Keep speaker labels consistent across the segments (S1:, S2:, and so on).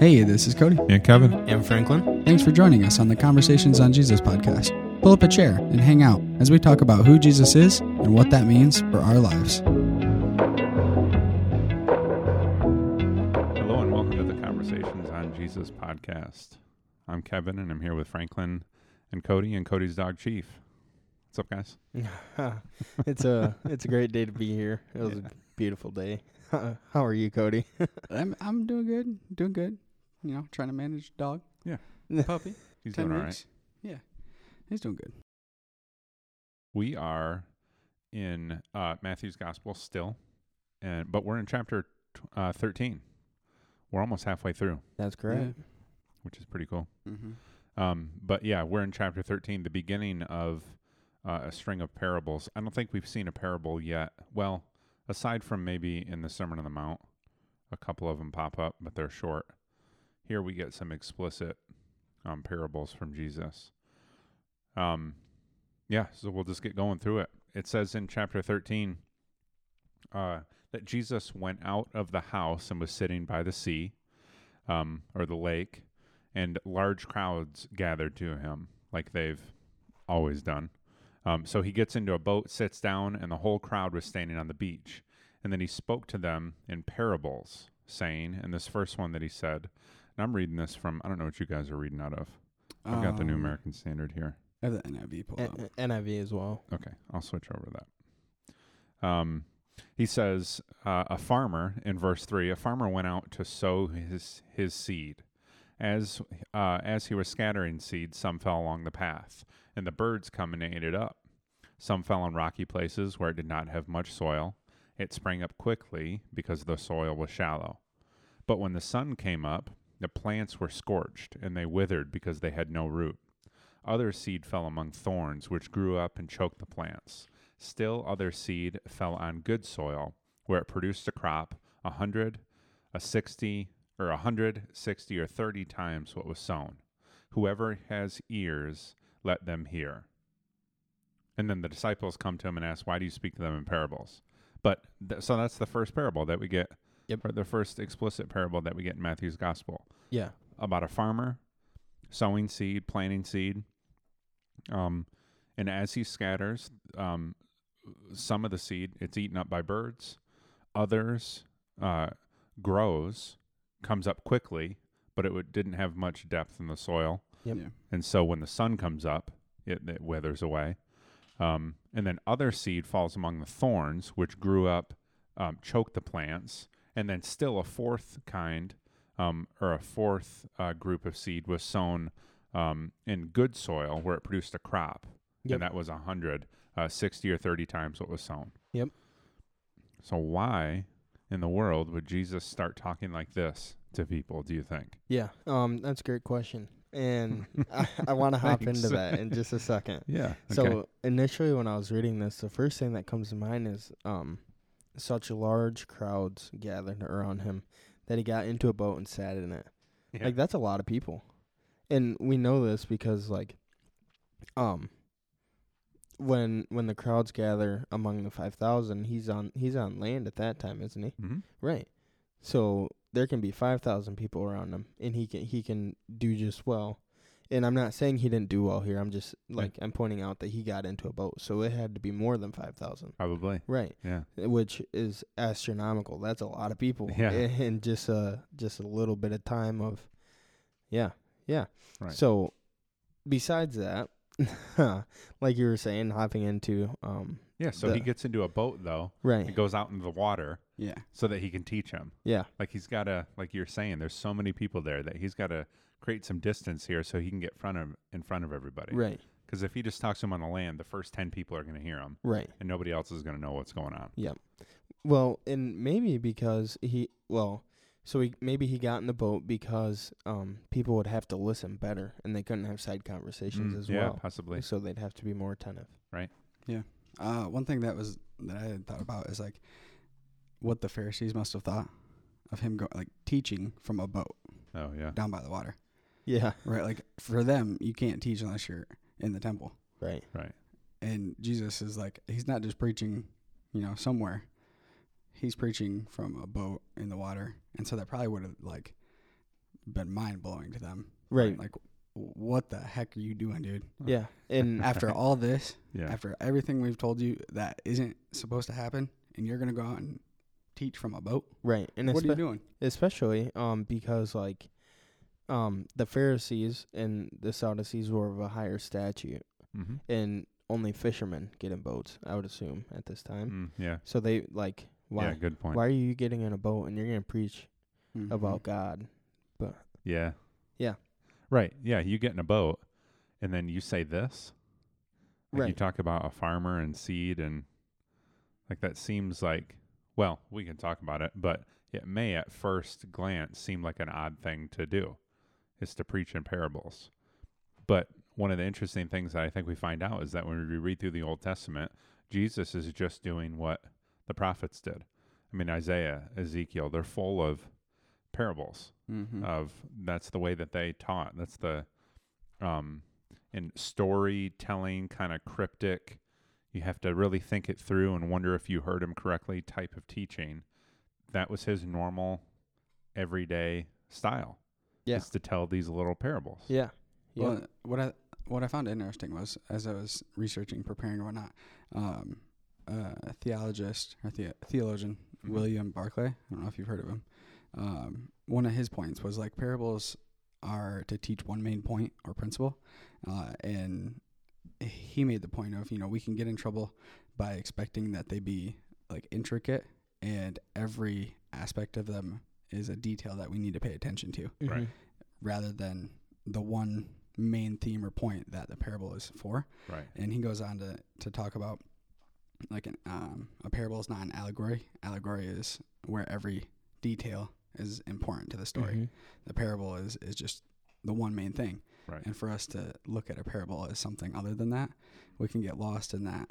S1: Hey, this is Cody.
S2: And Kevin.
S3: And Franklin.
S1: Thanks for joining us on the Conversations on Jesus podcast. Pull up a chair and hang out as we talk about who Jesus is and what that means for our lives.
S2: Hello and welcome to the Conversations on Jesus podcast. I'm Kevin and I'm here with Franklin and Cody and Cody's dog Chief. What's up, guys?
S3: it's a it's a great day to be here. It was a beautiful day. How are you, Cody?
S1: I'm, I'm doing good, doing good. You know, trying to manage dog, puppy,
S2: He's
S1: ten
S2: doing all right.
S1: weeks. Yeah, he's doing good.
S2: We are in uh, Matthew's Gospel still, and but we're in chapter tw- uh, 13. We're almost halfway through,
S3: That's
S2: which is pretty cool.
S1: Mm-hmm.
S2: Um, but yeah, we're in chapter 13, the beginning of uh, a string of parables. I don't think we've seen a parable yet. Well, aside from maybe in the Sermon on the Mount, a couple of them pop up, but they're short. Here we get some explicit um, parables from Jesus. Um, yeah, so we'll just get going through it. It says in chapter 13 uh, that Jesus went out of the house and was sitting by the sea um, or the lake and large crowds gathered to him, like they've always done. Um, so he gets into a boat, sits down, and the whole crowd was standing on the beach. And then he spoke to them in parables, saying, and this first one that he said, and I'm reading this from, I don't know what you guys are reading out of. I've got the New
S1: Um,
S2: American Standard here.
S1: I have the NIV pulled up.
S3: N- NIV as well.
S2: Okay, I'll switch over to that. Um, he says uh, a farmer in verse three. A farmer went out to sow his his seed. As uh, as he was scattering seed, some fell along the path, and the birds come and ate it up. Some fell on rocky places where it did not have much soil. It sprang up quickly because the soil was shallow. But when the sun came up, the plants were scorched, and they withered because they had no root. Other seed fell among thorns, which grew up and choked the plants. Still, other seed fell on good soil, where it produced a crop a hundred, a sixty, or a hundred, sixty, or thirty times what was sown. Whoever has ears, let them hear. And then the disciples come to him and ask, Why do you speak to them in parables? But th- so that's the first parable that we get,
S3: Yep.
S2: or the first explicit parable that we get in Matthew's gospel
S3: Yeah.
S2: about a farmer sowing seed, planting seed. Um, and as he scatters, um, some of the seed it's eaten up by birds. Others uh, grows, comes up quickly, but it would, didn't have much depth in the soil.
S3: Yep.
S1: Yeah.
S2: And so when the sun comes up, it, it withers away. Um, and then other seed falls among the thorns, which grew up, um, choked the plants. And then still a fourth kind um, or a fourth uh, group of seed was sown um, in good soil where it produced a crop.
S3: Yep.
S2: And that was 100, uh, 60 or 30 times what was sown.
S3: Yep.
S2: So why in the world would Jesus start talking like this to people, do you think?
S3: Yeah. Um, that's a great question, and I, I want to hop
S2: Thanks.
S3: into that in just a second.
S2: Yeah.
S3: So initially, when I was reading this, the first thing that comes to mind is um, such large crowds gathered around him that he got into a boat and sat in it.
S2: Yeah.
S3: Like that's a lot of people, and we know this because like, um, when when the crowds gather among the five thousand, he's on he's on land at that time, isn't he?
S2: hmm
S3: Right. So there can be five thousand people around him, and he can he can do just well. And I'm not saying he didn't do well here. I'm just like I'm pointing out that he got into a boat, so it had to be more than five thousand.
S2: Probably.
S3: Right,
S2: Yeah.
S3: which is astronomical. That's a lot of people.
S2: Yeah.
S3: and just a just a little bit of time of, yeah, yeah.
S2: Right.
S3: So, besides that, like you were saying, hopping into um,
S2: Yeah. So he
S3: the-
S2: gets into a boat though. He
S3: right,
S2: goes out into the water
S1: Yeah.
S2: so that he can teach him.
S3: yeah,
S2: Like he's got to, like you're saying, there's so many people there that he's got to create some distance here so he can get front of in front of everybody.
S3: right,
S2: Because if he just talks to him on the land, the first ten people are going to hear him,
S3: right.
S2: and nobody else is going to know what's going on.
S3: Well, and maybe because he well, so he maybe he got in the boat because um people would have to listen better and they couldn't have side conversations
S2: Mm,
S3: as
S2: yeah,
S3: well.
S2: possibly.
S3: So they'd have to be more attentive.
S1: Uh, one thing that was that I had thought about is like what the Pharisees must have thought of him going like teaching from a boat
S2: Oh yeah.
S1: down by the water,
S3: Yeah.
S1: right? Like for them, you can't teach unless you're in the temple.
S3: Right.
S2: Right.
S1: And Jesus is like he's not just preaching, you know, somewhere. He's preaching from a boat in the water, and so that probably would have like been mind blowing to them.
S3: Right.
S1: Like, what the heck are you doing, dude?
S3: Yeah. And
S1: After all this,
S2: Yeah.
S1: after everything we've told you that isn't supposed to happen, and you're gonna go out and teach from a boat.
S3: right. And
S1: what are you
S3: espe-
S1: doing?
S3: especially um because like um the Pharisees and the Sadducees were of a higher statute
S2: Mm-hmm.
S3: and only fishermen get in boats, I would assume, at this time.
S2: Mm, yeah.
S3: So they like why
S2: Yeah. Good point. Mm-hmm.
S3: why are you getting in a boat and you're gonna preach
S1: Mhm.
S3: about God?
S2: Yeah.
S3: Yeah.
S2: Right. Yeah. You get in a boat and then you say this. Like You
S3: Right.
S2: talk about a farmer and seed and like that seems like, well, we can talk about it, but it may at first glance seem like an odd thing to do is to preach in parables. But one of the interesting things that I think we find out is that when we read through the Old Testament, Jesus is just doing what the prophets did. I mean, Isaiah, Ezekiel, they're full of parables
S1: Mhm.
S2: of that's the way that they taught. That's the um in storytelling kind of cryptic. You have to really think it through and wonder if you heard him correctly type of teaching. That was his normal everyday style.
S3: Yeah.
S2: Is to tell these little parables.
S3: Yeah. Yeah.
S1: Well, what I what I found interesting was as I was researching, preparing, and whatnot, um, uh, a theologist or the, theologian
S2: Mhm.
S1: William Barclay. I don't know if you've heard of him. Um, one of his points was like parables are to teach one main point or principle, uh, and he made the point of you know we can get in trouble by expecting that they be like intricate and every aspect of them is a detail that we need to pay attention to
S2: right.
S3: Mhm.
S1: rather than the one main theme or point that the parable is for.
S2: Right.
S1: And he goes on to, to talk about like an, um, a parable is not an allegory. Allegory is where every detail is important to the story.
S3: Mhm.
S1: The parable is, is just the one main thing.
S2: Right.
S1: And for us to look at a parable as something other than that, we can get lost in that.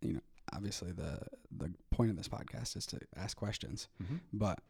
S1: You know, obviously the the point of this podcast is to ask questions
S2: Mhm.
S1: but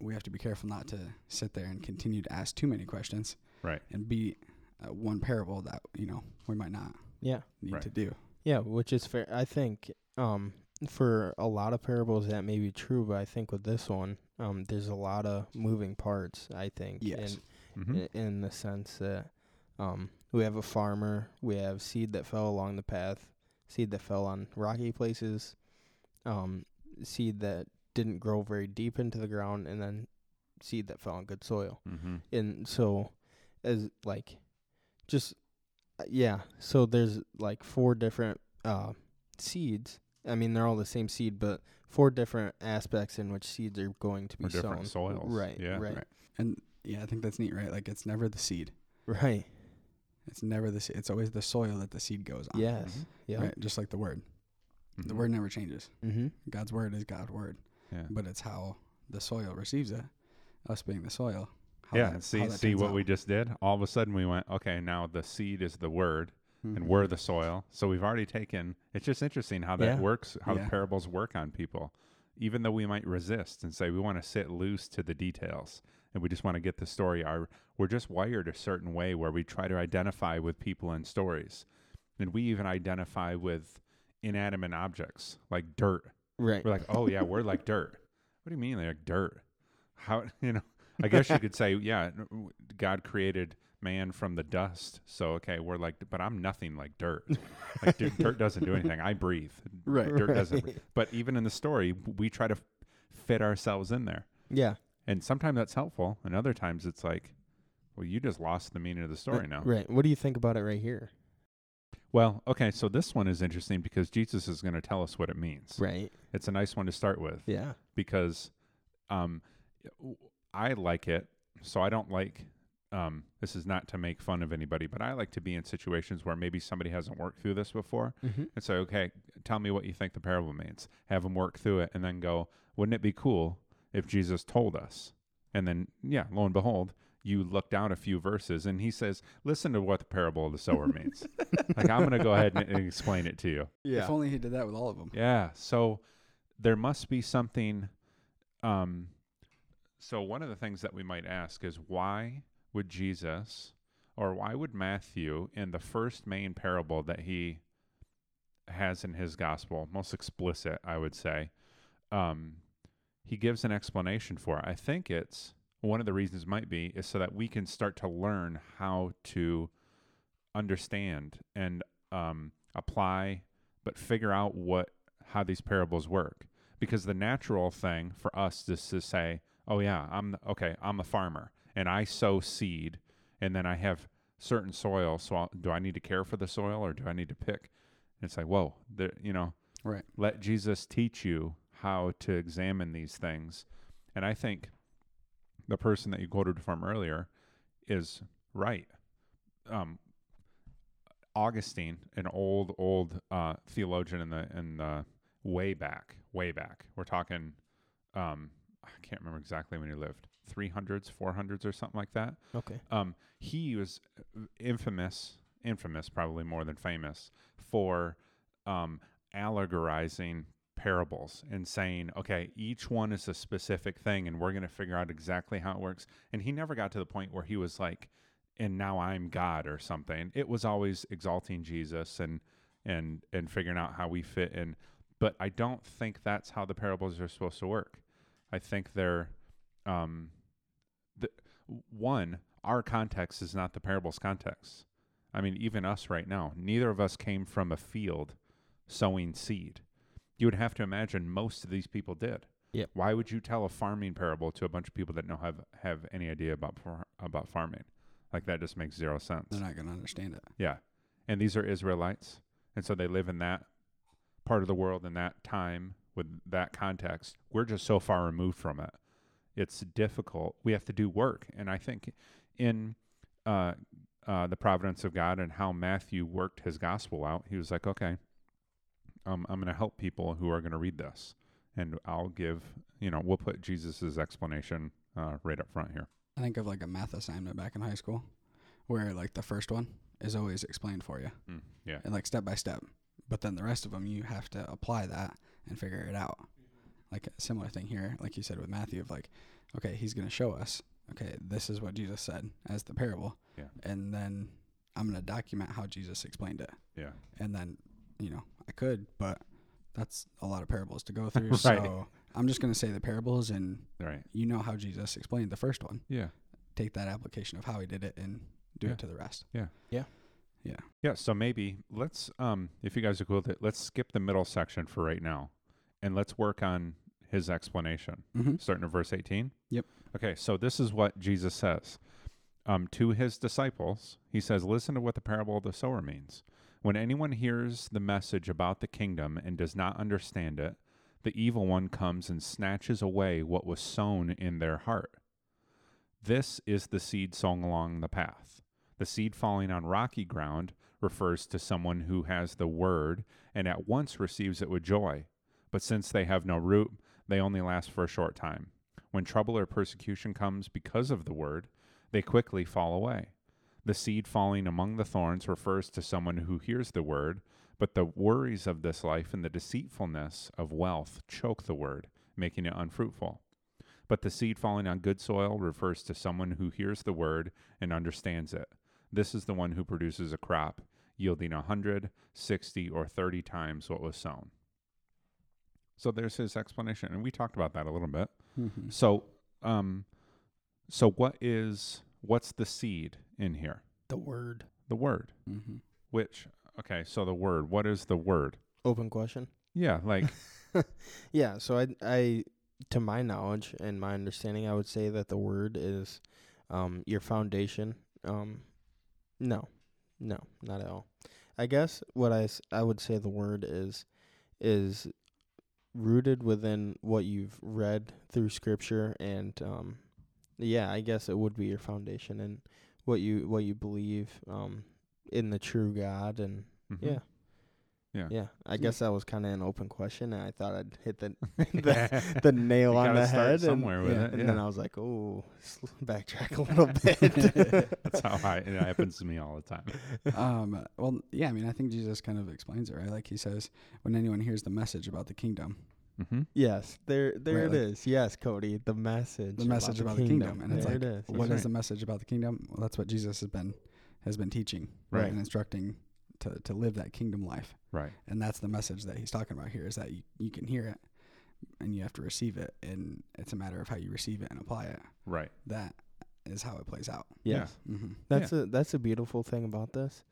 S1: we have to be careful not to sit there and continue to ask too many questions
S2: Right.
S1: and be uh, one parable that you know we might not
S3: Yeah.
S1: need
S2: Right.
S1: to do
S3: Yeah, which is fair. I think um for a lot of parables that may be true, but I think with this one, um there's a lot of moving parts, I think.
S1: Yes.
S3: And
S2: Mhm.
S3: i- in the sense that um, we have a farmer, we have seed that fell along the path, seed that fell on rocky places, um, seed that didn't grow very deep into the ground, and then seed that fell on good soil.
S2: Mhm.
S3: And so, as like, just uh, yeah. So there's like four different uh, seeds. I mean, they're all the same seed, but four different aspects in which seeds are going to be
S2: Or different
S3: sown.
S2: soils.
S3: Right.
S2: Yeah.
S3: Right.
S1: Right. and yeah i think that's neat right like it's never the seed
S3: Right.
S1: it's never the se- it's always the soil that the seed goes on
S3: Yes.
S2: Mhm.
S3: Yeah.
S1: right just like the word the
S2: Mhm.
S1: word never changes
S3: Mm-hmm.
S1: god's word is god's word
S2: Yeah.
S1: but it's how the soil receives it us being the soil how
S2: yeah.
S1: that-
S2: and
S1: how
S2: See.
S1: that
S2: See
S1: turns
S2: what
S1: out.
S2: we just did. All of a sudden we went. Okay. Now the seed is the word. and
S1: Mm-hmm.
S2: we're the soil. So we've already taken. It's just interesting how that
S3: Yeah.
S2: works, how
S1: Yeah.
S2: the parables work on people, even though we might resist and say we want to sit loose to the details and we just want to get the story. Our we're just wired a certain way where we try to identify with people and stories, and we even identify with inanimate objects like dirt.
S3: Right.
S2: We're like, oh yeah, we're like dirt. What do you mean they're like dirt? How you know? I guess you could say, yeah, n- w- God created man from the dust. So okay, we're like, but I'm nothing like dirt. Like dude, dirt doesn't do anything. I breathe.
S1: Right.
S2: Dirt doesn't. breathe. But even in the story, we try to f- fit ourselves in there,
S3: Yeah.
S2: and sometimes that's helpful, and other times it's like, well, you just lost the meaning of the story now.
S3: Right. What do you think about it right here?
S2: Well, okay, so this one is interesting because Jesus is going to tell us what it means.
S3: Right.
S2: It's a nice one to start with.
S3: Yeah.
S2: because um, I like it. So I don't like. Um, this is not to make fun of anybody, but I like to be in situations where maybe somebody hasn't worked through this before
S3: Mm-hmm.
S2: and say, okay, tell me what you think the parable means. Have them work through it and then go, wouldn't it be cool if Jesus told us? And then, yeah, lo and behold, you look down a few verses and he says, listen to what the parable of the sower means. like, I'm going to go ahead and, and explain it to you.
S1: if only he did that with all of them
S2: Yeah. So there must be something. Um, so one of the things that we might ask is why would Jesus or why would Matthew in the first main parable that he has in his gospel, most explicit, I would say, um, he gives an explanation for it. I think it's One of the reasons might be is so that we can start to learn how to understand and um, apply, but figure out what how these parables work. Because the natural thing for us is to say, "Oh yeah, I'm the, okay. I'm a farmer, and I sow seed, and then I have certain soil. So I'll, do I need to care for the soil, or do I need to pick?" And it's like, whoa, there, you know,
S1: Right.
S2: Let Jesus teach you how to examine these things, and I think the person that you quoted from earlier is right. Um, Augustine, an old old uh, theologian in the in the way back, way back. We're talking, um, I can't remember exactly when he lived, three hundreds, four hundreds, or something like that.
S3: Okay.
S2: Um, he was uh, infamous, infamous probably more than famous for um, allegorizing parables and saying, okay, each one is a specific thing, and we're going to figure out exactly how it works. And he never got to the point where he was like, and now I'm God or something. It was always exalting Jesus and and and figuring out how we fit in. But I don't think that's how the parables are supposed to work. I think they're um, the one our context is not the parables context. I mean, even us right now, neither of us came from a field sowing seed. You would have to imagine most of these people did.
S3: Yep.
S2: Why would you tell a farming parable to a bunch of people that know have have any idea about far, about farming? Like that just makes zero sense.
S1: They're not gonna understand it.
S2: Yeah. And these are Israelites. And so they live in that part of the world in that time with that context. We're just so far removed from it. It's difficult. We have to do work. And I think in uh, uh, the providence of God and how Matthew worked his gospel out, he was like, okay, um, I'm going to help people who are going to read this. And I'll give, you know, we'll put Jesus's explanation uh, right up front here.
S1: I think of like a math assignment back in high school, where like the first one is always explained for you,
S2: Mm, yeah.
S1: and like step by step. But then the rest of them, you have to apply that and figure it out. Like a similar thing here, like you said with Matthew, of like, okay, he's gonna show us, okay, this is what Jesus said as the parable,
S2: Yeah.
S1: and then I'm gonna document how Jesus explained it,
S2: Yeah.
S1: and then you know I could, but that's a lot of parables to go through.
S2: Right.
S1: So I'm just gonna say the parables, and
S2: Right.
S1: you know how Jesus explained the first one
S2: Yeah.
S1: take that application of how he did it and do
S2: Yeah.
S1: it to the rest.
S2: Yeah, so maybe let's um if you guys are cool with it, let's skip the middle section for right now and let's work on his explanation.
S1: Mm-hmm.
S2: Starting at verse 18.
S1: Yep.
S2: Okay, so this is what Jesus says. Um, to his disciples, he says, Listen to what the parable of the sower means. When anyone hears the message about the kingdom and does not understand it, the evil one comes and snatches away what was sown in their heart. This is the seed sown along the path. The seed falling on rocky ground refers to someone who has the word and at once receives it with joy. But since they have no root, they only last for a short time. When trouble or persecution comes because of the word, they quickly fall away. The seed falling among the thorns refers to someone who hears the word, but the worries of this life and the deceitfulness of wealth choke the word, making it unfruitful. But the seed falling on good soil refers to someone who hears the word and understands it. This is the one who produces a crop, yielding a hundred, sixty, or 30 times what was sown. So there's his explanation. And we talked about that a little bit.
S1: Mm-hmm.
S2: So, um, so what is what's the seed in here?
S3: The word.
S2: The word.
S1: Mm-hmm.
S2: Which okay, so the word. What is the word?
S3: Open question.
S2: Yeah, like
S3: Yeah, so I I to my knowledge and my understanding, I would say that the word is um your foundation. Um no. No, not at all. I guess what I s- I would say the word is is rooted within what you've read through scripture and um yeah, I guess it would be your foundation and what you what you believe um in the true God and
S2: mhm.
S1: Mm.
S3: yeah.
S2: Yeah.
S3: Yeah. I guess that was kind of an open question, and I thought I'd hit the
S2: You
S3: the, the nail on
S2: gotta
S3: the
S2: start
S3: head. And,
S2: somewhere with
S1: yeah,
S2: it.
S3: and
S2: yeah.
S3: then I was like, oh, sl- backtrack a little bit.
S2: That's how I. It happens to me all the time.
S1: um, well, yeah, I mean, I think Jesus kind of explains it, right? Like he says, when anyone hears the message about the kingdom,
S2: Mm-hmm.
S3: yes, there there
S1: Right,
S3: it is.
S1: like-
S3: Yes, Cody, the message.
S1: the message about the kingdom, and it's
S3: there
S1: like,
S3: it is.
S1: what is
S2: That's
S1: the message about the kingdom? Well, that's what Jesus has been has been teaching,
S2: Right.
S1: and instructing to to live that kingdom life,
S2: Right.
S1: and that's the message that he's talking about here is that you, you can hear it, and you have to receive it, and it's a matter of how you receive it and apply it.
S2: Right.
S1: That is how it plays out.
S2: Yeah.
S1: Mm-hmm.
S3: That's a that's a beautiful thing about this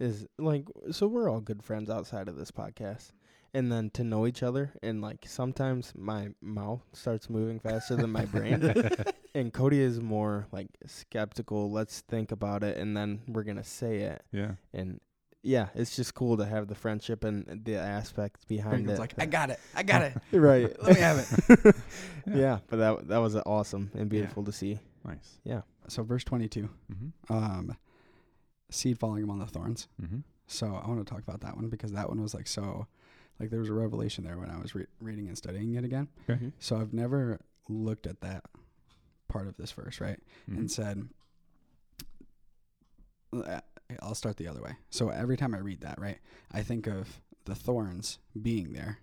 S3: is like so we're all good friends outside of this podcast. And then to know each other and like sometimes my mouth starts moving faster than my brain. and Cody is more like skeptical, let's think about it and then we're gonna say it.
S2: Yeah.
S3: And yeah, it's just cool to have the friendship and the aspects behind
S1: Franklin's
S3: it.
S1: like, I got it. I got it.
S3: right.
S1: Let me have it.
S3: yeah. but that that was awesome and beautiful to see.
S2: Nice.
S1: So verse 22,
S2: hmm
S1: um, seed falling among the thorns.
S2: hmm
S1: So I want to talk about that one because that one was like so, like there was a revelation there when I was re- reading and studying it again.
S2: Okay.
S3: Mhm.
S1: So I've never looked at that part of this verse, right?
S2: mm-hmm.
S3: Mm-hmm.
S1: and said, Uh, I'll start the other way. So every time I read that, right, I think of the thorns being there,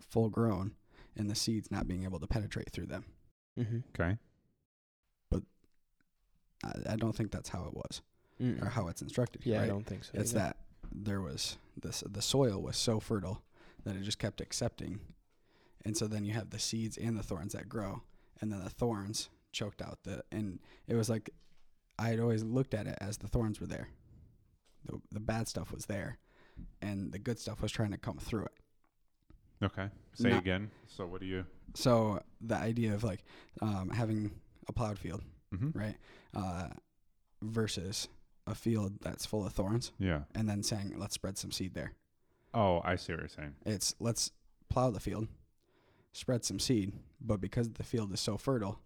S1: full grown, and the seeds not being able to penetrate through them.
S3: Mm-hmm.
S2: Okay.
S1: I, I don't think that's how it was or how it's instructed. here,
S3: Mm-hmm. yeah, I
S1: right?
S3: don't think so.
S1: it's
S3: either.
S1: that there was this the soil was so fertile that it just kept accepting and so then you have the seeds and the thorns that grow and then the thorns choked out the and it was like i had always looked at it as the thorns were there the, the bad stuff was there and the good stuff was trying to come through it
S2: Okay. Say
S1: Not-
S2: again. So what do you?
S1: so the idea of like um, having a plowed field
S2: Mm-hmm.
S1: right uh, versus a field that's full of thorns
S2: Yeah.
S1: and then saying let's spread some seed there
S2: Oh, I see what you're saying.
S1: It's let's plow the field, spread some seed, but because the field is so fertile,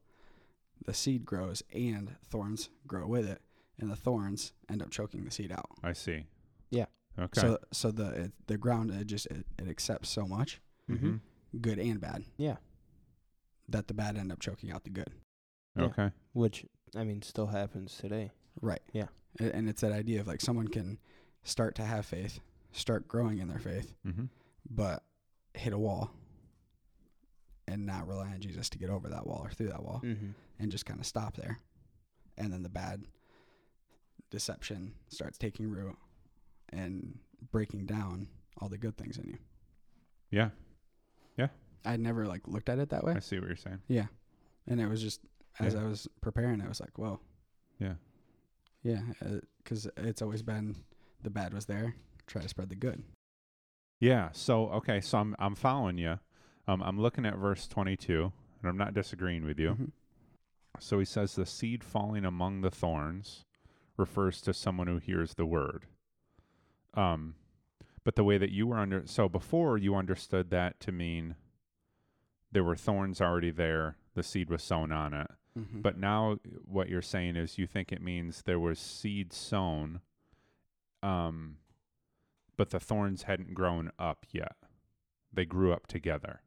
S1: the seed grows and thorns grow with it, and the thorns end up choking the seed out.
S2: I see.
S3: Yeah.
S2: Okay.
S1: So so the it, the ground it just it, it accepts so much
S3: Mm-hmm.
S2: hmm
S1: good and bad.
S3: Yeah.
S1: That the bad end up choking out the good.
S3: Yeah.
S2: Okay.
S3: which I mean still happens today.
S1: Right.
S3: Yeah.
S1: A- And it's that idea of like someone can start to have faith, start growing in their faith,
S2: hmm
S1: but hit a wall and not rely on Jesus to get over that wall or through that wall.
S3: Mm-hmm.
S1: and just kind of stop there. And then the bad deception starts taking root and breaking down all the good things in you.
S2: Yeah.
S1: I'd never like looked at it that way.
S2: I see what you're saying.
S1: Yeah. And it was just as
S2: Yeah.
S1: I was preparing, I was like, whoa.
S2: Yeah.
S1: Yeah. Because it's always been the bad was there, try to spread the good.
S2: Yeah. So okay. So I'm I'm following you. Um, I'm looking at verse 22, and I'm not disagreeing with you.
S1: Mhm.
S2: So he says the seed falling among the thorns refers to someone who hears the word. Um, but the way that you were under so before you understood that to mean there were thorns already there, the seed was sown on it.
S1: Mhm.
S2: But now what you're saying is you think it means there was seed sown, um, but the thorns hadn't grown up yet. They grew up together.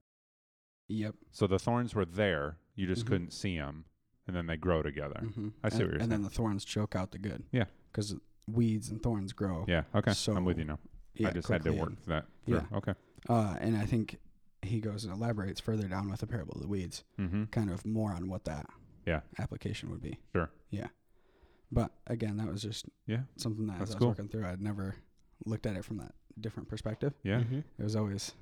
S1: yep.
S2: So the thorns were there, you just
S1: Mhm.
S2: couldn't see them, and then they grow together.
S1: Mhm.
S2: I
S1: and,
S2: see what you're
S1: And
S2: saying.
S1: then the thorns choke out the good.
S2: Yeah.
S1: Because weeds and thorns grow.
S2: Yeah. Okay. I'm with
S1: So,
S2: you now.
S1: yeah,
S2: I just had to
S1: quickly
S2: work
S1: and-
S2: that through.
S1: Yeah.
S2: Okay.
S1: Uh, and I think he goes and elaborates further down with the parable of the weeds,
S2: Mm-hmm.
S1: kind of more on what that
S2: Yeah.
S1: application would be.
S2: Sure.
S1: Yeah. But again, that was just
S2: Yeah.
S1: something that
S2: That's
S1: as I was
S2: cool.
S1: working through, I'd never looked at it from that different perspective.
S2: Yeah.
S3: Mm-hmm.
S1: It was always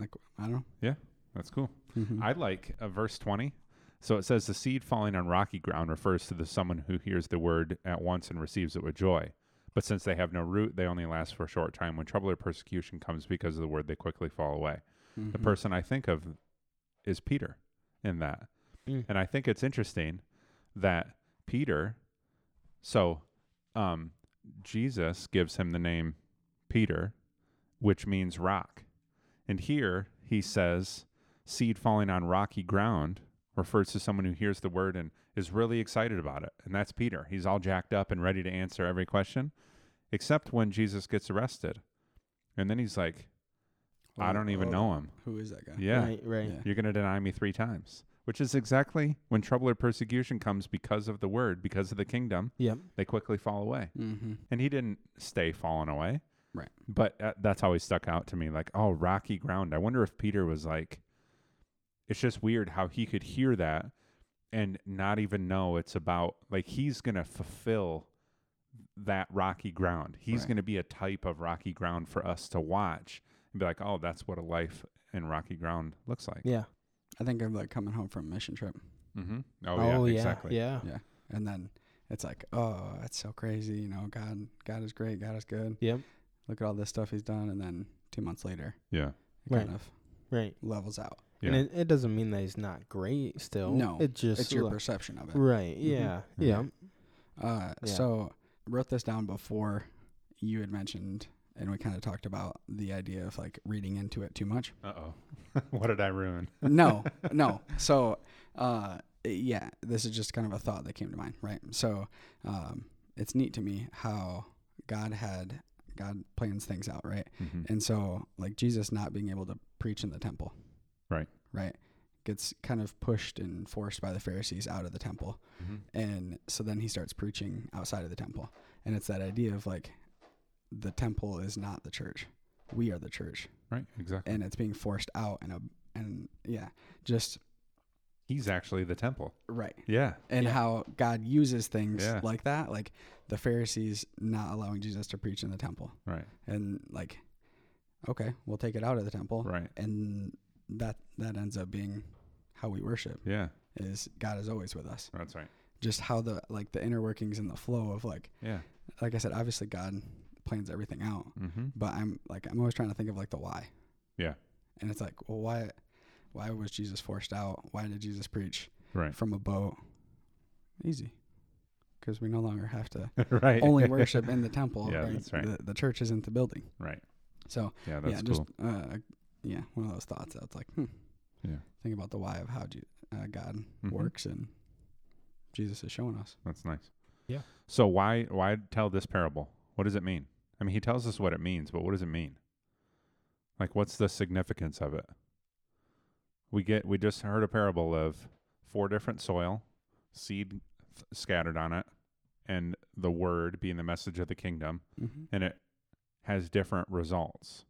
S1: like I don't know.
S2: That's cool.
S1: Mhm.
S2: I like uh, verse 20. So it says, The seed falling on rocky ground refers to the someone who hears the word at once and receives it with joy. But since they have no root, they only last for a short time. When trouble or persecution comes because of the word, they quickly fall away. The
S1: Mhm.
S2: person I think of is Peter in that.
S3: Mm.
S2: And I think it's interesting that Peter, so um, Jesus gives him the name Peter, which means rock. And here he says, seed falling on rocky ground refers to someone who hears the word and is really excited about it. And that's Peter. He's all jacked up and ready to answer every question, except when Jesus gets arrested. And then he's like, I
S1: Well,
S2: don't even
S1: well,
S2: know him.
S1: Who is that guy?
S2: Yeah.
S3: Right, right.
S1: Oh, Yeah.
S2: You're going to deny me three times, which is exactly when trouble or persecution comes because of the word, because of the kingdom,
S3: Yep.
S2: they quickly fall away.
S1: Mm-hmm.
S2: And he didn't stay falling away.
S1: Right.
S2: But uh, that's always stuck out to me like, oh, rocky ground. I wonder if Peter was like, it's just weird how he could hear that and not even know it's about, like, he's going to fulfill that rocky ground. He's
S1: Right.
S2: going to be a type of rocky ground for us to watch and be like, oh, that's what a life and rocky ground looks like.
S3: Yeah.
S1: I think of like coming home from a mission trip,
S2: Mm-hmm. Oh, yeah, exactly.
S3: Yeah.
S1: Yeah. and then it's like, oh, that's so crazy. You know, God, God is great. God is good.
S3: Yep.
S1: Look at all this stuff He's done, and then two months later,
S2: Yeah.
S1: it
S3: Right.
S1: kind of
S3: Right.
S1: levels out.
S3: And
S2: Yeah.
S3: it, it doesn't mean that he's not great still.
S1: No,
S3: It just
S1: it's your
S3: like-
S1: perception of it.
S3: Right.
S1: Mhm.
S3: Yeah.
S2: Mhm.
S3: Yeah.
S1: Uh,
S3: Yeah.
S1: So I wrote this down before you had mentioned, and we kind of talked about the idea of like reading into it too much.
S2: Uh oh. what did I ruin?
S1: No, no. So, uh, yeah, this is just kind of a thought that came to mind, right? So, um, it's neat to me how God had God plans things out, right?
S2: Mm-hmm.
S1: And so, like Jesus not being able to preach in the temple,
S2: Right.
S1: right, gets kind of pushed and forced by the Pharisees out of the temple.
S2: Mm-hmm.
S1: And so then he starts preaching outside of the temple. And it's that idea of like the temple is not the church. We are the church.
S2: Right. Exactly.
S1: And it's being forced out and a and yeah, just
S2: He's actually the temple.
S1: right.
S2: Yeah.
S1: And
S3: Yeah.
S1: how God uses things
S2: Yeah.
S1: like that, like the Pharisees not allowing Jesus to preach in the temple.
S2: Right.
S1: And like okay, we'll take it out of the temple.
S2: Right.
S1: And that that ends up being how we worship
S2: Yeah.
S1: is God is always with us.
S2: That's right.
S1: Just how the like the inner workings and the flow of like
S2: Yeah.
S1: like I said, obviously God plans everything out,
S2: Mm-hmm.
S1: but I'm like I'm always trying to think of like the why.
S2: Yeah.
S1: And it's like, well, why, why was Jesus forced out? Why did Jesus preach
S2: Right.
S1: from a boat? Easy, because we no longer have to
S2: right.
S1: only worship in the temple.
S2: Yeah, that's right.
S1: The, the church isn't the building.
S2: Right.
S1: So
S2: Yeah. That's
S1: yeah,
S2: cool.
S1: just uh, yeah, one of those thoughts that's like, hmm,
S2: Yeah.
S1: think about the why of how Je- uh, God
S2: Mhm.
S1: works and Jesus is showing us.
S2: That's nice.
S3: Yeah.
S2: So why why tell this parable? What does it mean? I mean, he tells us what it means, but what does it mean? Like what's the significance of it? We get we just heard a parable of four different soil, seed f- scattered on it, and the word being the message of the kingdom,
S1: Mm-hmm.
S2: and it has different results.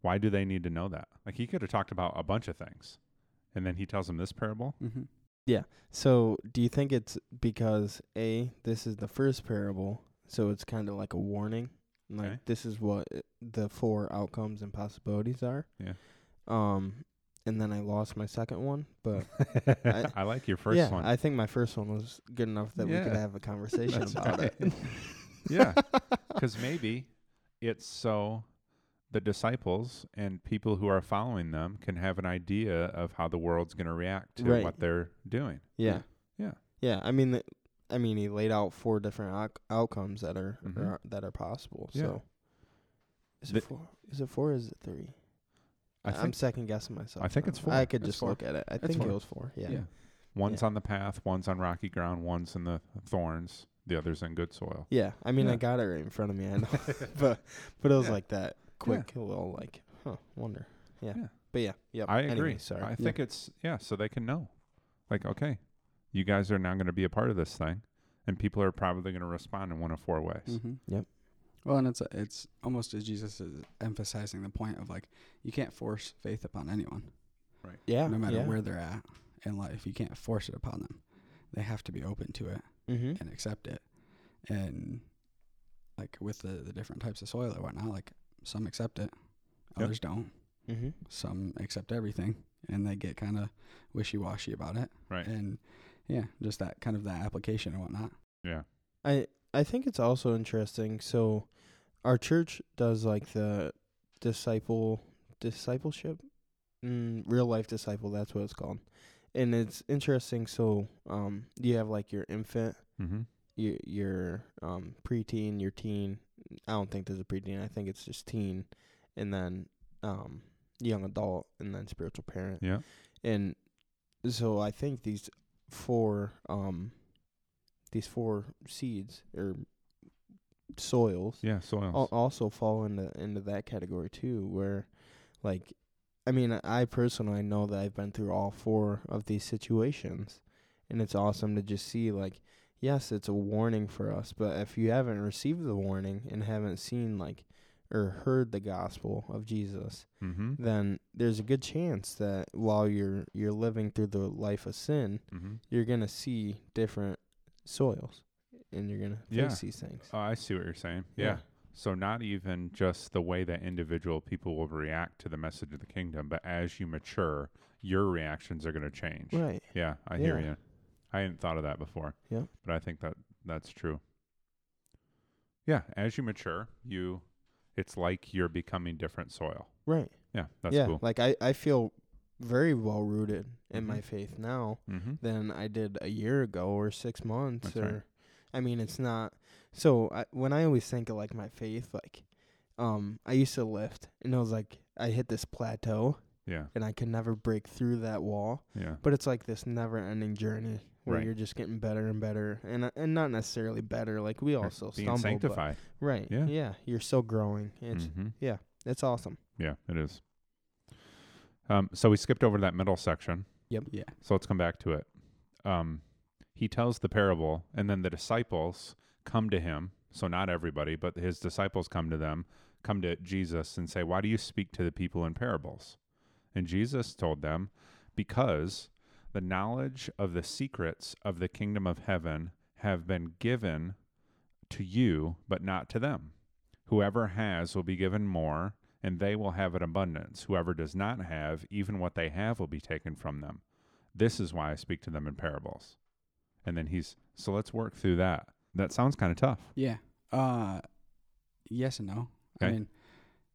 S2: Why do they need to know that? Like he could have talked about a bunch of things. And then he tells them this parable.
S1: Mm-hmm.
S3: So, do you think it's because a this is the first parable, so it's kind of like a warning, like
S2: Okay.
S3: this is what uh, the four outcomes and possibilities are.
S2: Yeah.
S3: Um, and then I lost my second one, but
S2: I, like your first
S3: yeah,
S2: one.
S3: I think my first one was good enough that we could
S2: Yeah.
S3: have a conversation
S2: That's
S3: about it.
S2: right. Yeah. Because maybe it's so the disciples and people who are following them can have an idea of how the world's going to react to
S3: Right.
S2: what they're doing.
S3: Yeah.
S2: Yeah.
S3: Yeah. I mean, th- I mean, he laid out four different out- outcomes that are,
S2: Mhm.
S3: are that are possible.
S2: Yeah.
S3: So, is
S2: The-
S3: it four? Is it four? or Is it three?
S2: I
S3: I'm
S2: think
S3: second guessing myself.
S2: I think
S3: now.
S2: it's four.
S3: I could
S1: It's
S3: just
S1: four.
S3: look at it. I
S1: It's
S3: think
S1: four.
S3: it was four. Yeah.
S1: Yeah.
S2: one's on the path, one's on rocky ground, one's in the thorns, the other's in good soil.
S3: Yeah, I mean,
S2: Yeah.
S3: I got it right in front of me. I know, but but it was
S2: Yeah.
S3: like that quick little like, huh? Wonder. Yeah.
S2: Yeah.
S3: But yeah. Yep.
S2: I agree.
S3: Anyway, sorry.
S2: I
S3: Yeah.
S2: think it's, yeah, so they can know. Like, okay, you guys are now going to be a part of this thing, and people are probably going to respond in one of four ways.
S1: Mm-hmm.
S3: Yep.
S1: Well, and it's it's almost as Jesus is emphasizing the point of like you can't force faith upon anyone,
S3: Yeah.
S1: no matter
S3: yeah.
S1: where they're at in life. You can't force it upon them. They have to be open to it
S3: Mm-hmm.
S1: and accept it. And like with the, the different types of soil and whatnot, like some accept it,
S2: Yep.
S1: others don't.
S3: Mm-hmm.
S1: Some accept everything, and they get kind of wishy washy about it.
S2: Right.
S1: And yeah, just that kind of that application and whatnot.
S2: Yeah.
S3: I I think it's also interesting. So, our church does like the disciple discipleship, mm, real life disciple. That's what it's called, and it's interesting. So, um, you have like your infant,
S2: Mm-hmm.
S3: your your um preteen, your teen. I don't think there's a preteen. I think it's just teen, and then um young adult, and then spiritual parent
S2: Yeah.
S3: and so I think these four um these four seeds or soils
S2: Yeah. Soils.
S3: al- also fall into into that category too where like I mean I personally know that I've been through all four of these situations and it's awesome to just see like yes it's a warning for us but if you haven't received the warning and haven't seen like or heard the gospel of Jesus
S2: mm-hmm.
S3: then there's a good chance that while you're you're living through the life of sin,
S2: Mm-hmm.
S3: you're gonna see different soils, and you're gonna face
S2: Yeah.
S3: these things.
S2: Oh, I see what you're saying. yeah. So, not even just the way that individual people will react to the message of the kingdom, but as you mature, your reactions are going to change.
S3: Right.
S2: Yeah, I hear
S3: Yeah.
S2: you. I hadn't thought of that before.
S3: Yep.
S2: But I think that that's true. Yeah, as you mature, you it's like you're becoming different soil.
S3: Right.
S2: Yeah, that's
S3: yeah.
S2: cool.
S3: Like I, I feel very well rooted in my
S2: Mhm.
S3: faith now
S2: mm-hmm.
S3: than I did a year ago or six months
S2: That's right.
S3: or I mean it's not so I, when I always think of like my faith like um I used to lift and I was like I hit this plateau
S2: Yeah,
S3: and I could never break through that wall
S2: yeah,
S3: but it's like this never ending journey where
S2: Right.
S3: you're just getting better and better and uh, and not necessarily better like we
S2: Right,
S3: also
S2: being
S3: stumble but,
S2: sanctified.
S3: right
S2: Yeah.
S3: yeah you're still growing it's
S2: Mm-hmm.
S3: it's awesome
S2: Yeah, it is. Um, so we skipped over that middle section.
S1: Yeah.
S2: So let's come back to it. Um, he tells the parable, and then the disciples come to him. So not everybody, but his disciples come to them, come to Jesus, and say, "Why do you speak to the people in parables?" And Jesus told them, "Because the knowledge of the secrets of the kingdom of heaven have been given to you, but not to them. Whoever has will be given more." And they will have an abundance. Whoever does not have, even what they have will be taken from them this is why I speak to them in parables. And then he's, so let's work through that. That sounds kind of tough.
S1: Yeah. Uh, yes and no. I
S2: Okay.
S1: mean,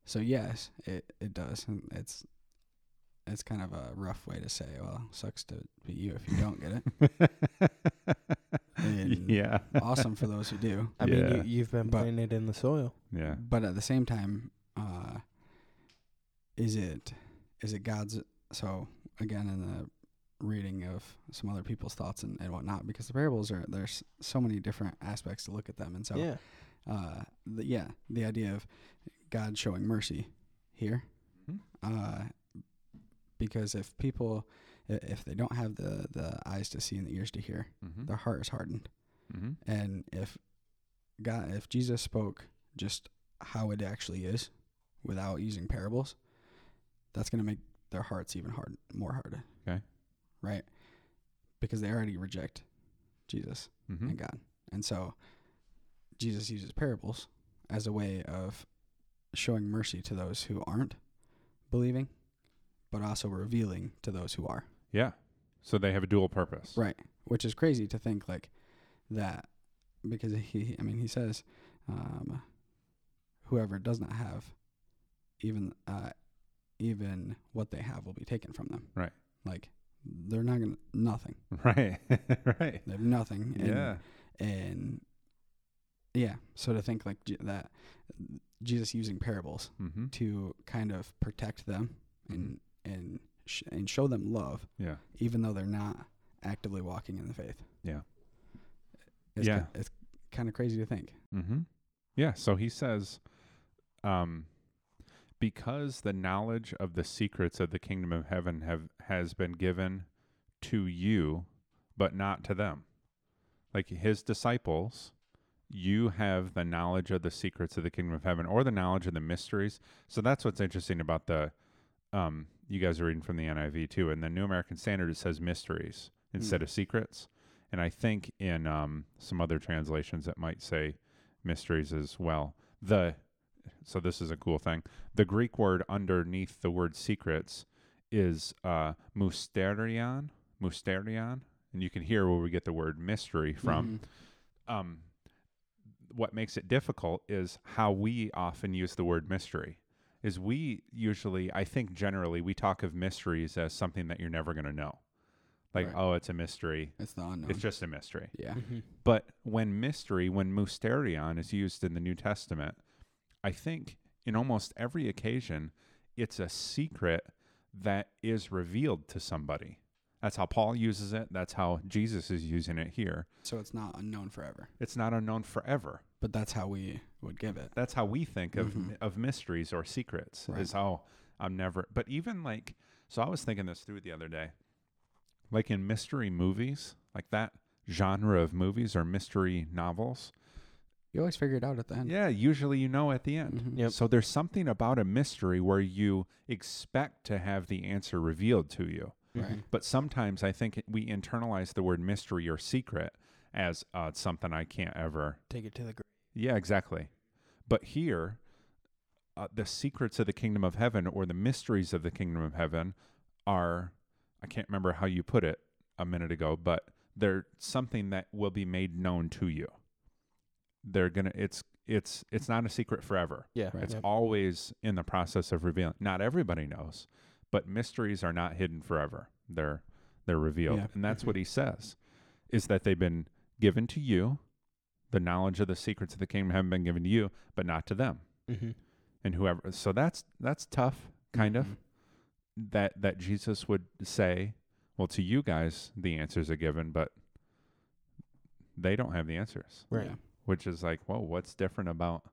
S1: so yes, it it does. and It's it's kind of a rough way to say. Well, sucks to be you if you don't get it. And
S2: yeah.
S1: Awesome for those who do.
S3: I mean
S2: Yeah.
S3: you, you've been
S1: But-
S3: planted in the soil
S2: Yeah.
S1: But at the same time, uh, is it is it God's? So again, in the reading of some other people's thoughts and, and whatnot, because the parables are there's so many different aspects to look at them, and so
S3: yeah
S1: uh, the, yeah, the idea of God showing mercy here,
S2: Mhm.
S1: uh, because if people, i- if they don't have the the eyes to see and the ears to hear,
S2: Mm-hmm.
S1: their heart is hardened,
S2: Mm-hmm.
S1: and if God, if Jesus spoke just how it actually is, without using parables, that's going to make their hearts even hard, more hard.
S2: Okay.
S1: right, because they already reject Jesus
S2: Mm-hmm.
S1: and God. And so Jesus uses parables as a way of showing mercy to those who aren't believing, but also revealing to those who are.
S2: Yeah. So they have a dual purpose.
S1: Right. Which is crazy to think like that because he, I mean, he says, um, whoever does not have even, uh, even what they have will be taken from them.
S2: Right.
S1: Like they're not going to, nothing.
S2: Right. right.
S1: They have nothing. And
S2: Yeah.
S1: and yeah so to think like Je- that jesus using parables
S2: Mm-hmm.
S1: to kind of protect them and and sh- and show them love
S2: Yeah.
S1: even though they're not actively walking in the faith
S2: Yeah.
S1: it's
S2: Yeah.
S1: ki- it's kind of crazy to think
S2: Mm-hmm. Yeah. So he says, um, because the knowledge of the secrets of the kingdom of heaven have has been given to you, but not to them. Like his disciples, you have the knowledge of the secrets of the kingdom of heaven, or the knowledge of the mysteries. So that's what's interesting about the. Um, you guys are reading from the NIV too, and the New American Standard it says mysteries instead
S1: Hmm.
S2: of secrets, and I think in um, some other translations it might say mysteries as well. The so this is a cool thing. The Greek word underneath the word secrets is uh, mysterion, mysterion, and you can hear where we get the word mystery from
S1: Mhm.
S2: um, what makes it difficult is how we often use the word mystery. Is we usually, I think generally, we talk of mysteries as something that you're never going to know. Like,
S1: Right.
S2: oh, it's a mystery.
S1: it's the unknown
S2: It's just a mystery.
S1: yeah
S3: Mhm.
S2: But when mystery, when mysterion is used in the New Testament, I think in almost every occasion, it's a secret that is revealed to somebody. That's how Paul uses it. That's how Jesus is using it here.
S1: so it's not unknown forever
S2: It's not unknown forever.
S1: but that's how we would give it
S2: that's how we think of
S1: Mhm.
S2: of mysteries or secrets
S1: Right.
S2: is oh i'm never but even like so i was thinking this through the other day like in mystery movies like that genre of movies or mystery novels
S1: you always figure it out at the end
S2: yeah usually you know at the end
S1: Mhm.
S3: Yep.
S2: so there's something about a mystery where you expect to have the answer revealed to you
S1: right
S2: but sometimes I think we internalize the word mystery or secret as uh, something I can't ever
S3: Take it to the grave.
S2: Yeah, exactly. But here, uh, the secrets of the kingdom of heaven or the mysteries of the kingdom of heaven are, I can't remember how you put it a minute ago, but they're something that will be made known to you. They're gonna. It's it's it's not a secret forever.
S3: Yeah.
S1: Right.
S2: It's
S3: Yep.
S2: always in the process of revealing. Not everybody knows, but mysteries are not hidden forever. They're they're revealed.
S1: Yeah.
S2: And that's what he says is that they've been given to you. The knowledge of the secrets of the kingdom haven't been given to you, but not to them.
S3: Mhm.
S2: And whoever so that's that's tough, kind of.
S1: Mhm.
S2: That that Jesus would say, Well, to you guys the answers are given, but they don't have the answers
S3: Right.
S1: Yeah.
S2: which is like, whoa, what's different about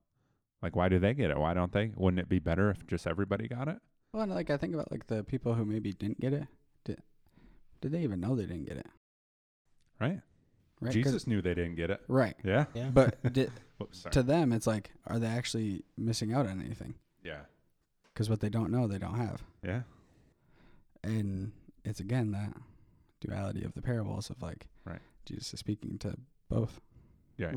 S2: like why do they get it? Why don't they? Wouldn't it be better if just everybody got it?
S1: Well, and like I think about like the people who maybe didn't get it. Did, did they even know they didn't get it?
S2: Right?
S1: Right. 'Cause-
S2: Jesus knew they didn't get it.
S1: Right.
S2: Yeah.
S3: Yeah.
S1: But did,
S2: Whoops, sorry.
S1: to them, it's like, are they actually missing out on anything?
S2: yeah.
S1: Because what they don't know, they don't have.
S2: Yeah.
S1: And it's again that duality of the parables of like
S2: Right.
S1: Jesus is speaking to both.
S2: Yeah. Right.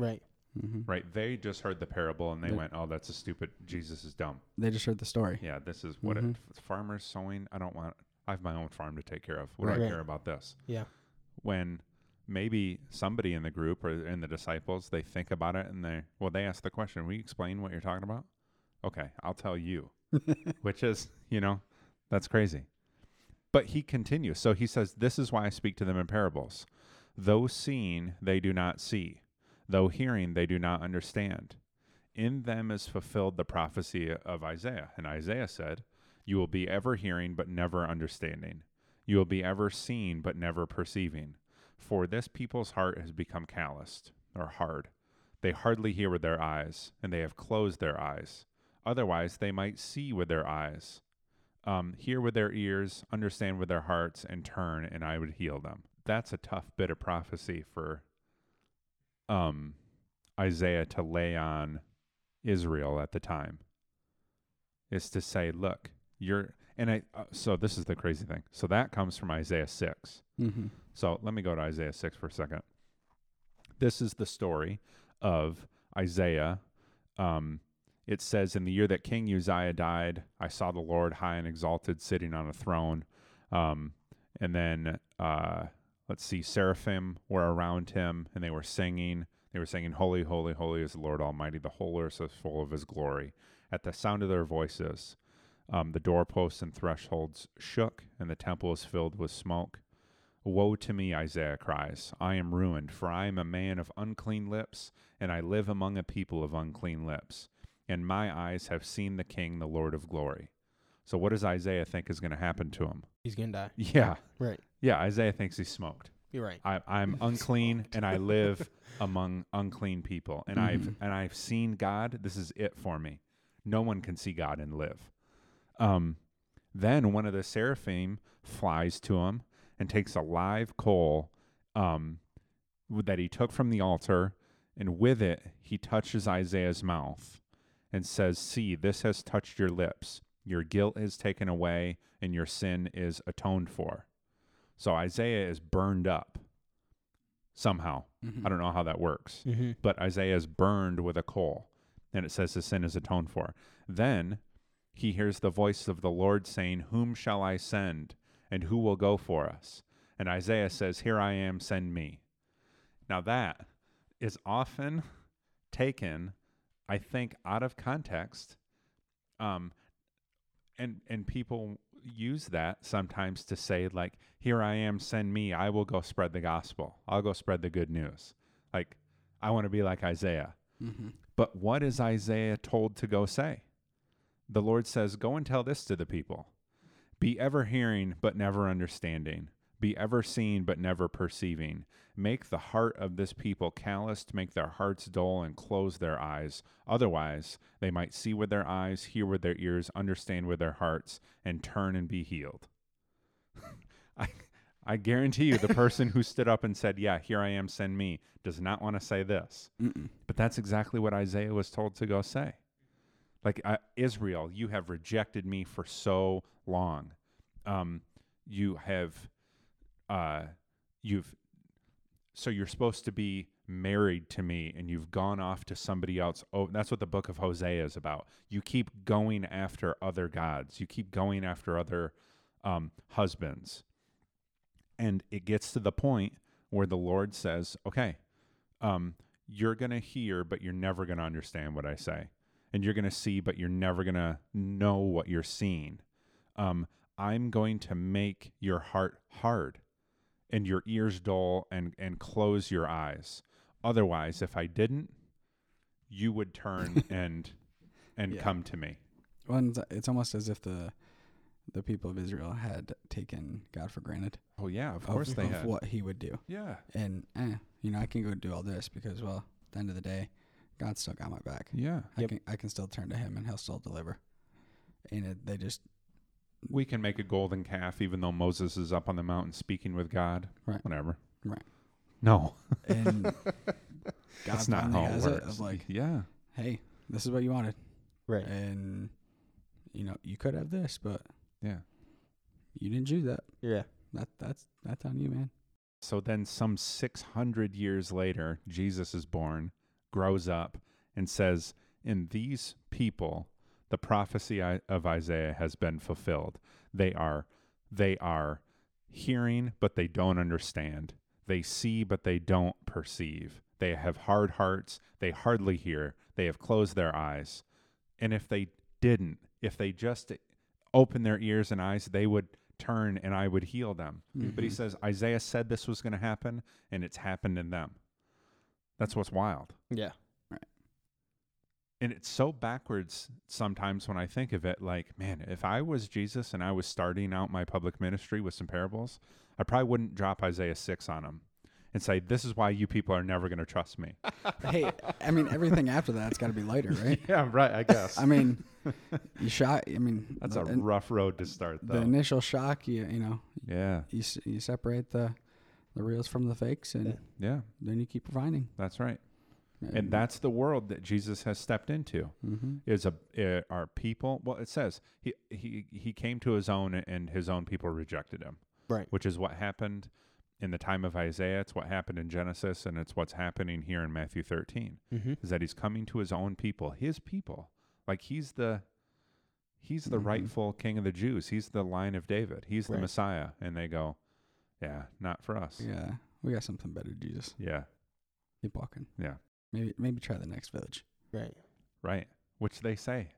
S3: right.
S1: Mm-hmm.
S2: They just heard the parable and they
S1: They-
S2: went, "Oh, that's a stupid. Jesus is dumb."
S1: They just heard the story.
S2: Yeah, this is what
S1: Mhm.
S2: it, farmers sowing. I don't want. I have my own farm to take care of. What do I
S3: Right.
S2: care about this?
S3: Yeah.
S2: When maybe somebody in the group or in the disciples, they think about it and they well, they ask the question. Will you explain what you're talking about? Okay, I'll tell you. which is, you know, that's crazy. But he continues. So he says, This is why I speak to them in parables. Though seeing, they do not see. Though hearing, they do not understand. In them is fulfilled the prophecy of Isaiah. And Isaiah said, You will be ever hearing, but never understanding. You will be ever seeing, but never perceiving. For this people's heart has become calloused or hard. They hardly hear with their eyes, and they have closed their eyes. Otherwise, they might see with their eyes, um, hear with their ears, understand with their hearts, and turn, and I would heal them. That's a tough bit of prophecy for um, Isaiah to lay on Israel at the time. Is to say, look, you're, and I, uh, so this is the crazy thing. So that comes from Isaiah 6.
S1: Mm-hmm.
S2: So let me go to Isaiah 6 for a second. This is the story of Isaiah. Um, it says, In the year that King Uzziah died, I saw the Lord high and exalted, sitting on a throne. Um, and then, uh, let's see, seraphim were around him and they were singing. They were singing, Holy, holy, holy is the Lord Almighty. The whole earth is full of his glory. At the sound of their voices, um, the doorposts and thresholds shook, and the temple was filled with smoke. Woe to me, Isaiah cries. I am ruined, for I am a man of unclean lips, and I live among a people of unclean lips. And my eyes have seen the King, the Lord of glory. So, what does Isaiah think is going to happen to him?
S3: He's gonna die.
S2: Yeah.
S3: Right.
S2: Yeah, Isaiah thinks he's smoked.
S3: You're right.
S2: I, I'm unclean, and I live among unclean people, and I've
S1: Mhm.
S2: and I've seen God. This is it for me. No one can see God and live. Um, then one of the seraphim flies to him and takes a live coal um, w- that he took from the altar, and with it he touches Isaiah's mouth and says, "See, this has touched your lips. Your guilt is taken away, and your sin is atoned for." So Isaiah is burned up somehow.
S1: Mm-hmm.
S2: I don't know how that works,
S3: Mm-hmm.
S2: but Isaiah is burned with a coal, and it says his sin is atoned for. Then he hears the voice of the Lord saying, Whom shall I send, and who will go for us? And Isaiah says, Here I am, send me. Now that is often taken, I think, out of context. Um, and and people use that sometimes to say like here i am send me i will go spread the gospel i'll go spread the good news like i want to be like isaiah
S1: Mm-hmm.
S2: but what is isaiah told to go say the lord says go and tell this to the people be ever hearing but never understanding be ever seeing but never perceiving make the heart of this people calloused make their hearts dull and close their eyes otherwise they might see with their eyes hear with their ears understand with their hearts and turn and be healed i i guarantee you the person who stood up and said yeah here i am send me does not want to say this
S1: Mm-mm.
S2: but that's exactly what Isaiah was told to go say. Like, uh, Israel, you have rejected me for so long. Um, you have, uh, you've so you're supposed to be married to me and you've gone off to somebody else. Oh, that's what the book of Hosea is about. You keep going after other gods. You keep going after other um, husbands. And it gets to the point where the Lord says, okay, um, you're going to hear, but you're never going to understand what I say. And you're going to see, but you're never going to know what you're seeing. Um, I'm going to make your heart hard and your ears dull and, and close your eyes. Otherwise, if I didn't, you would turn and and
S1: Yeah.
S2: come to me.
S1: Well, and it's- it's almost as if the the people of Israel had taken God for granted
S2: Oh yeah, of
S1: of,
S2: course they
S1: of
S2: have.
S1: what He would do,
S2: Yeah.
S1: and eh, you know I can go do all this because well, at the end of the day, God still got my back.
S2: Yeah.
S1: I
S3: Yep.
S1: can I can still turn to Him and He'll still deliver. And it, they just
S2: We can make a golden calf even though Moses is up on the mountain speaking with God.
S1: Right.
S2: Whatever.
S1: Right.
S2: No.
S1: and God
S2: That's not
S1: finally
S2: how it
S1: has
S2: works.
S1: It, of like,
S2: yeah.
S1: hey, this is what you wanted,
S3: Right.
S1: and you know you could have this, but
S2: Yeah.
S1: you didn't do that.
S3: Yeah.
S1: That that's that's on you, man.
S2: So then, some 600 years later, Jesus is born, grows up, and says, In these people, the prophecy I- of Isaiah has been fulfilled. They are, they are hearing, but they don't understand. They see, but they don't perceive. They have hard hearts. They hardly hear. They have closed their eyes. And if they didn't, if they just opened their ears and eyes, they would turn and I would heal them. But he
S1: Mhm.
S2: says Isaiah said this was going to happen, and it's happened in them. That's what's wild,
S3: Yeah.
S2: and it's so backwards sometimes when I think of it. Like, man, if I was Jesus and I was starting out my public ministry with some parables, I probably wouldn't drop Isaiah six on them and say, "This is why you people are never going to trust me."
S1: hey, I mean everything after that's got to be lighter, right?
S2: yeah, right. I guess
S1: I mean, you shot. I mean,
S2: that's
S1: the,
S2: a
S1: in-
S2: rough road to start,
S1: the
S2: though.
S1: initial shock. You you know
S2: yeah,
S1: you s- you separate the the reals from the fakes, and
S3: Yeah.
S2: yeah,
S1: then you keep refining.
S2: that's right. And that's the world that Jesus has stepped into.
S1: hmm
S2: is a uh, are people well it says he he he came to his own and his own people rejected him
S3: Right.
S2: which is what happened in the time of Isaiah it's what happened in Genesis and it's what's happening here in Matthew 13
S3: Mm-hmm.
S2: is that he's coming to his own people his people like he's the he's the
S1: Mhm.
S2: rightful king of the Jews he's the line of David he's the
S3: Mm-hmm. Right.
S2: Messiah and they go yeah not for us
S1: yeah, we got something better, Jesus.
S2: yeah
S1: Keep walking.
S2: Yeah.
S1: Maybe maybe try the next village.
S3: Right.
S2: right which they say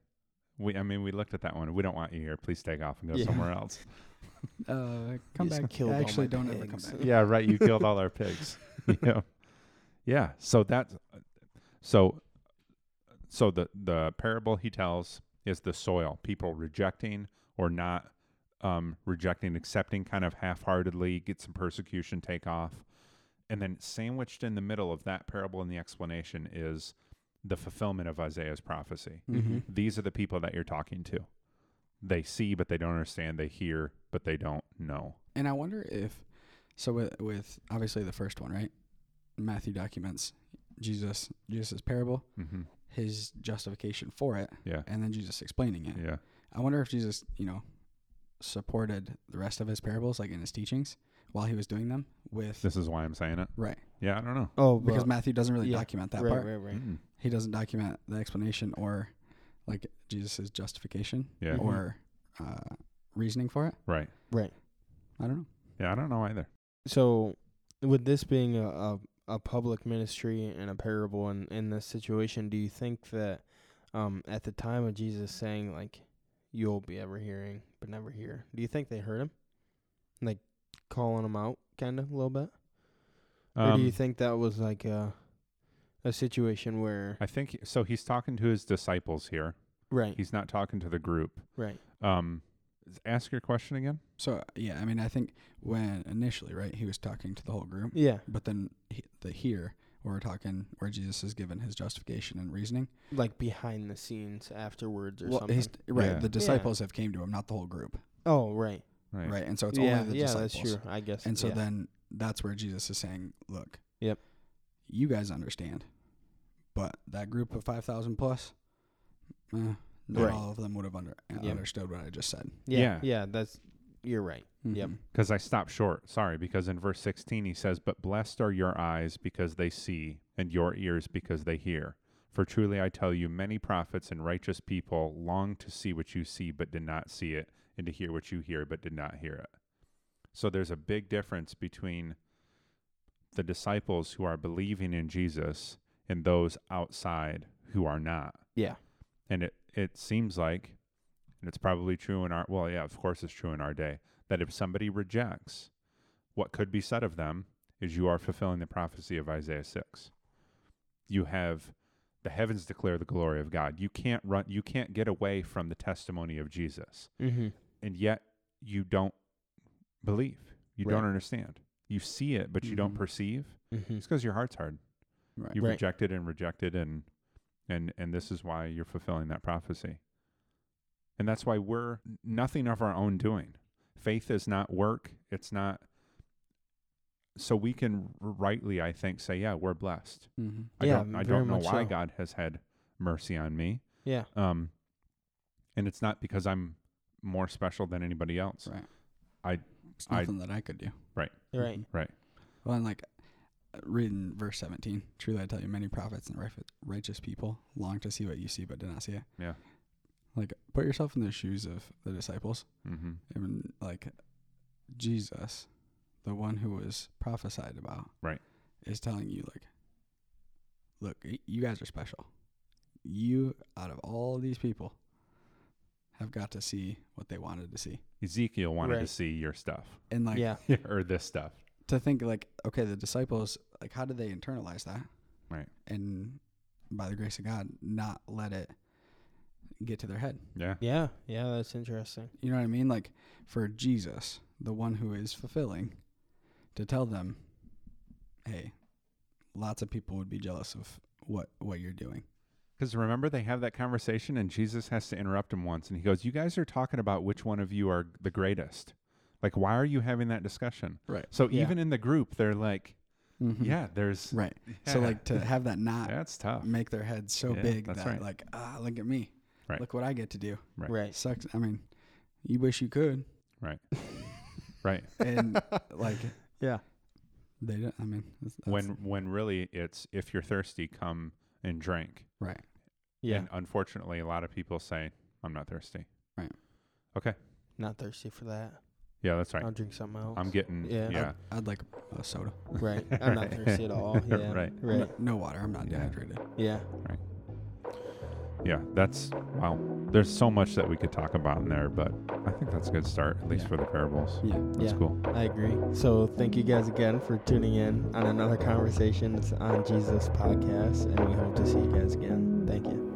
S2: we I mean we looked at that one we don't want you here please take off and go
S3: Yeah.
S2: somewhere else
S1: Uh, come
S3: just
S1: back.
S3: killed all
S1: Actually,
S3: my
S1: don't ever come
S3: pigs.
S1: back.
S2: yeah, right. You killed all our pigs. yeah, yeah. So that's so so the the parable he tells is the soil people rejecting or not um, rejecting, accepting kind of half heartedly, get some persecution, take off, and then sandwiched in the middle of that parable and the explanation is the fulfillment of Isaiah's prophecy
S1: Mhm.
S2: these are the people that you're talking to they see but they don't understand they hear but they don't know
S1: And I wonder if so with with obviously the first one, right? Matthew documents Jesus Jesus' parable,
S2: mm-hmm.
S1: his justification for it,
S2: yeah
S1: and then Jesus explaining it.
S2: yeah
S1: I wonder if Jesus, you know, supported the rest of his parables, like in his teachings, while he was doing them with
S2: This is why I'm saying it.
S1: right
S2: Yeah, I don't know.
S3: Oh,
S1: because
S3: well,
S1: Matthew doesn't really
S3: yeah,
S1: document that
S3: right,
S1: part.
S3: right, right.
S2: Mm.
S1: He doesn't document the explanation or like Jesus' justification
S2: Yeah.
S3: Mhm.
S1: or uh, reasoning for it.
S2: Right.
S3: Right.
S1: I don't know.
S2: Yeah, I don't know either.
S3: So, with this being a, a a public ministry and a parable in in this situation, do you think that um at the time of Jesus saying like you'll be ever hearing but never hear, do you think they heard him? Like calling him out kind of a little bit? or do you
S2: Um,
S3: think that was like a a situation where
S2: I think so. He's talking to his disciples here.
S3: right,
S2: He's not talking to the group.
S3: right,
S2: Um, ask your question again.
S1: So yeah, I mean, I think when initially, right, he was talking to the whole group,
S3: yeah,
S1: but then he, the here where we're talking where Jesus is given his justification and reasoning.
S3: like behind the scenes afterwards or something.
S1: his, right,
S2: Yeah.
S1: the disciples have came to him, not the whole group,
S3: oh, right,
S2: Right.
S1: right? And so it's
S3: yeah,
S1: only the
S3: yeah,
S1: disciples.
S3: that's true. I guess,
S1: And so
S3: yeah.
S1: then that's where Jesus is saying, "Look,
S3: Yep.
S1: you guys understand, but that group of five thousand plus, eh, not
S3: Right.
S1: all of them would have under, eh,
S3: Yep.
S1: understood what I just said."
S3: yeah,
S2: yeah.
S3: yeah, that's You're right. Yep.
S1: Mhm.
S2: Because I stopped short. Sorry, because in verse 16 he says, But blessed are your eyes because they see, and your ears because they hear. For truly I tell you, many prophets and righteous people longed to see what you see, but did not see it, and to hear what you hear, but did not hear it. So there's a big difference between the disciples who are believing in Jesus and those outside who are not.
S3: Yeah.
S2: And it, it seems like, and it's probably true in our, well, yeah, of course it's true in our day, that if somebody rejects, what could be said of them is you are fulfilling the prophecy of Isaiah 6. You have the heavens declare the glory of God. You can't run, you can't get away from the testimony of Jesus.
S3: Mm-hmm.
S2: And yet you don't believe, you don't
S3: Right.
S2: understand. You see it, but you don't
S1: Mhm.
S2: perceive.
S3: Mm-hmm.
S2: It's because your heart's hard.
S1: Right.
S2: You
S3: Right.
S2: rejected and rejected and and and this is why you're fulfilling that prophecy. And that's why we're nothing of our own doing. Faith is not work. It's not so we can rightly I think say yeah, we're blessed.
S1: Mm-hmm.
S2: I
S3: Yeah,
S2: don't I
S3: very
S2: don't know
S3: much
S2: why
S3: so.
S2: God has had mercy on me.
S3: Yeah.
S2: Um and it's not because I'm more special than anybody else.
S1: Right.
S2: I-
S1: It's
S2: I-
S1: nothing that I could do.
S3: You're right.
S1: Mhm.
S2: Right.
S1: Well, and like uh, reading verse 17, truly I tell you, many prophets and righteous- righteous people long to see what you see, but did not see it.
S2: Yeah.
S1: Like, put yourself in the shoes of the disciples.
S2: Mhm.
S1: And like, Jesus, the one who was prophesied about,
S2: Right.
S1: is telling you, like, look, y- you guys are special. You, out of all these people, have got to see what they wanted to see.
S2: Ezekiel wanted to
S3: Right.
S2: see your stuff
S1: And like,
S3: yeah.
S2: or this stuff.
S1: to think like okay the disciples like how did they internalize that
S2: Right.
S1: and by the grace of god not let it get to their head
S2: Yeah.
S3: Yeah. Yeah. That's interesting.
S1: you know what i mean like for jesus the one who is fulfilling to tell them hey lots of people would be jealous of what what you're doing
S2: Because remember, they have that conversation, and Jesus has to interrupt him once, and he goes, "You guys are talking about which one of you are the greatest. Like, why are you having that discussion?"
S1: Right.
S2: So
S3: Yeah.
S2: even in the group, they're like,
S1: mm-hmm.
S2: "Yeah, there's
S1: right so
S2: yeah,
S1: like to have Mm, that not
S2: that's tough."
S1: make their head so
S2: Yeah,
S1: big
S2: that's
S1: that
S2: right.
S1: like ah look at me
S2: Right.
S1: look what i get to do
S2: Right.
S3: Right.
S1: sucks i mean you wish you could
S2: Right.
S1: and like
S3: Yeah.
S1: they don't i mean that's, that's-
S2: When when really it's if you're thirsty, come and drink.
S1: right
S3: Yeah.
S2: And unfortunately, a lot of people say, "I'm not thirsty."
S3: Not thirsty for that.
S2: Yeah, that's
S1: Oh,
S2: right.
S3: I'll drink something else.
S2: I'm getting
S3: Yeah.
S2: yeah.
S1: I'd like a soda.
S3: right. I'm not thirsty at all. Yeah.
S2: Right.
S3: Right.
S1: No, no water. I'm not
S2: Yeah.
S1: dehydrated.
S3: Yeah.
S2: Yeah, that's wow. There's so much that we could talk about in there, but I think that's a good start, at least
S1: Yeah.
S2: for the parables.
S1: Yeah.
S2: That's
S3: Yeah.
S2: cool.
S3: I agree. So thank you guys again for tuning in on another Conversations on Jesus podcast, and we hope to see you guys again. Thank you.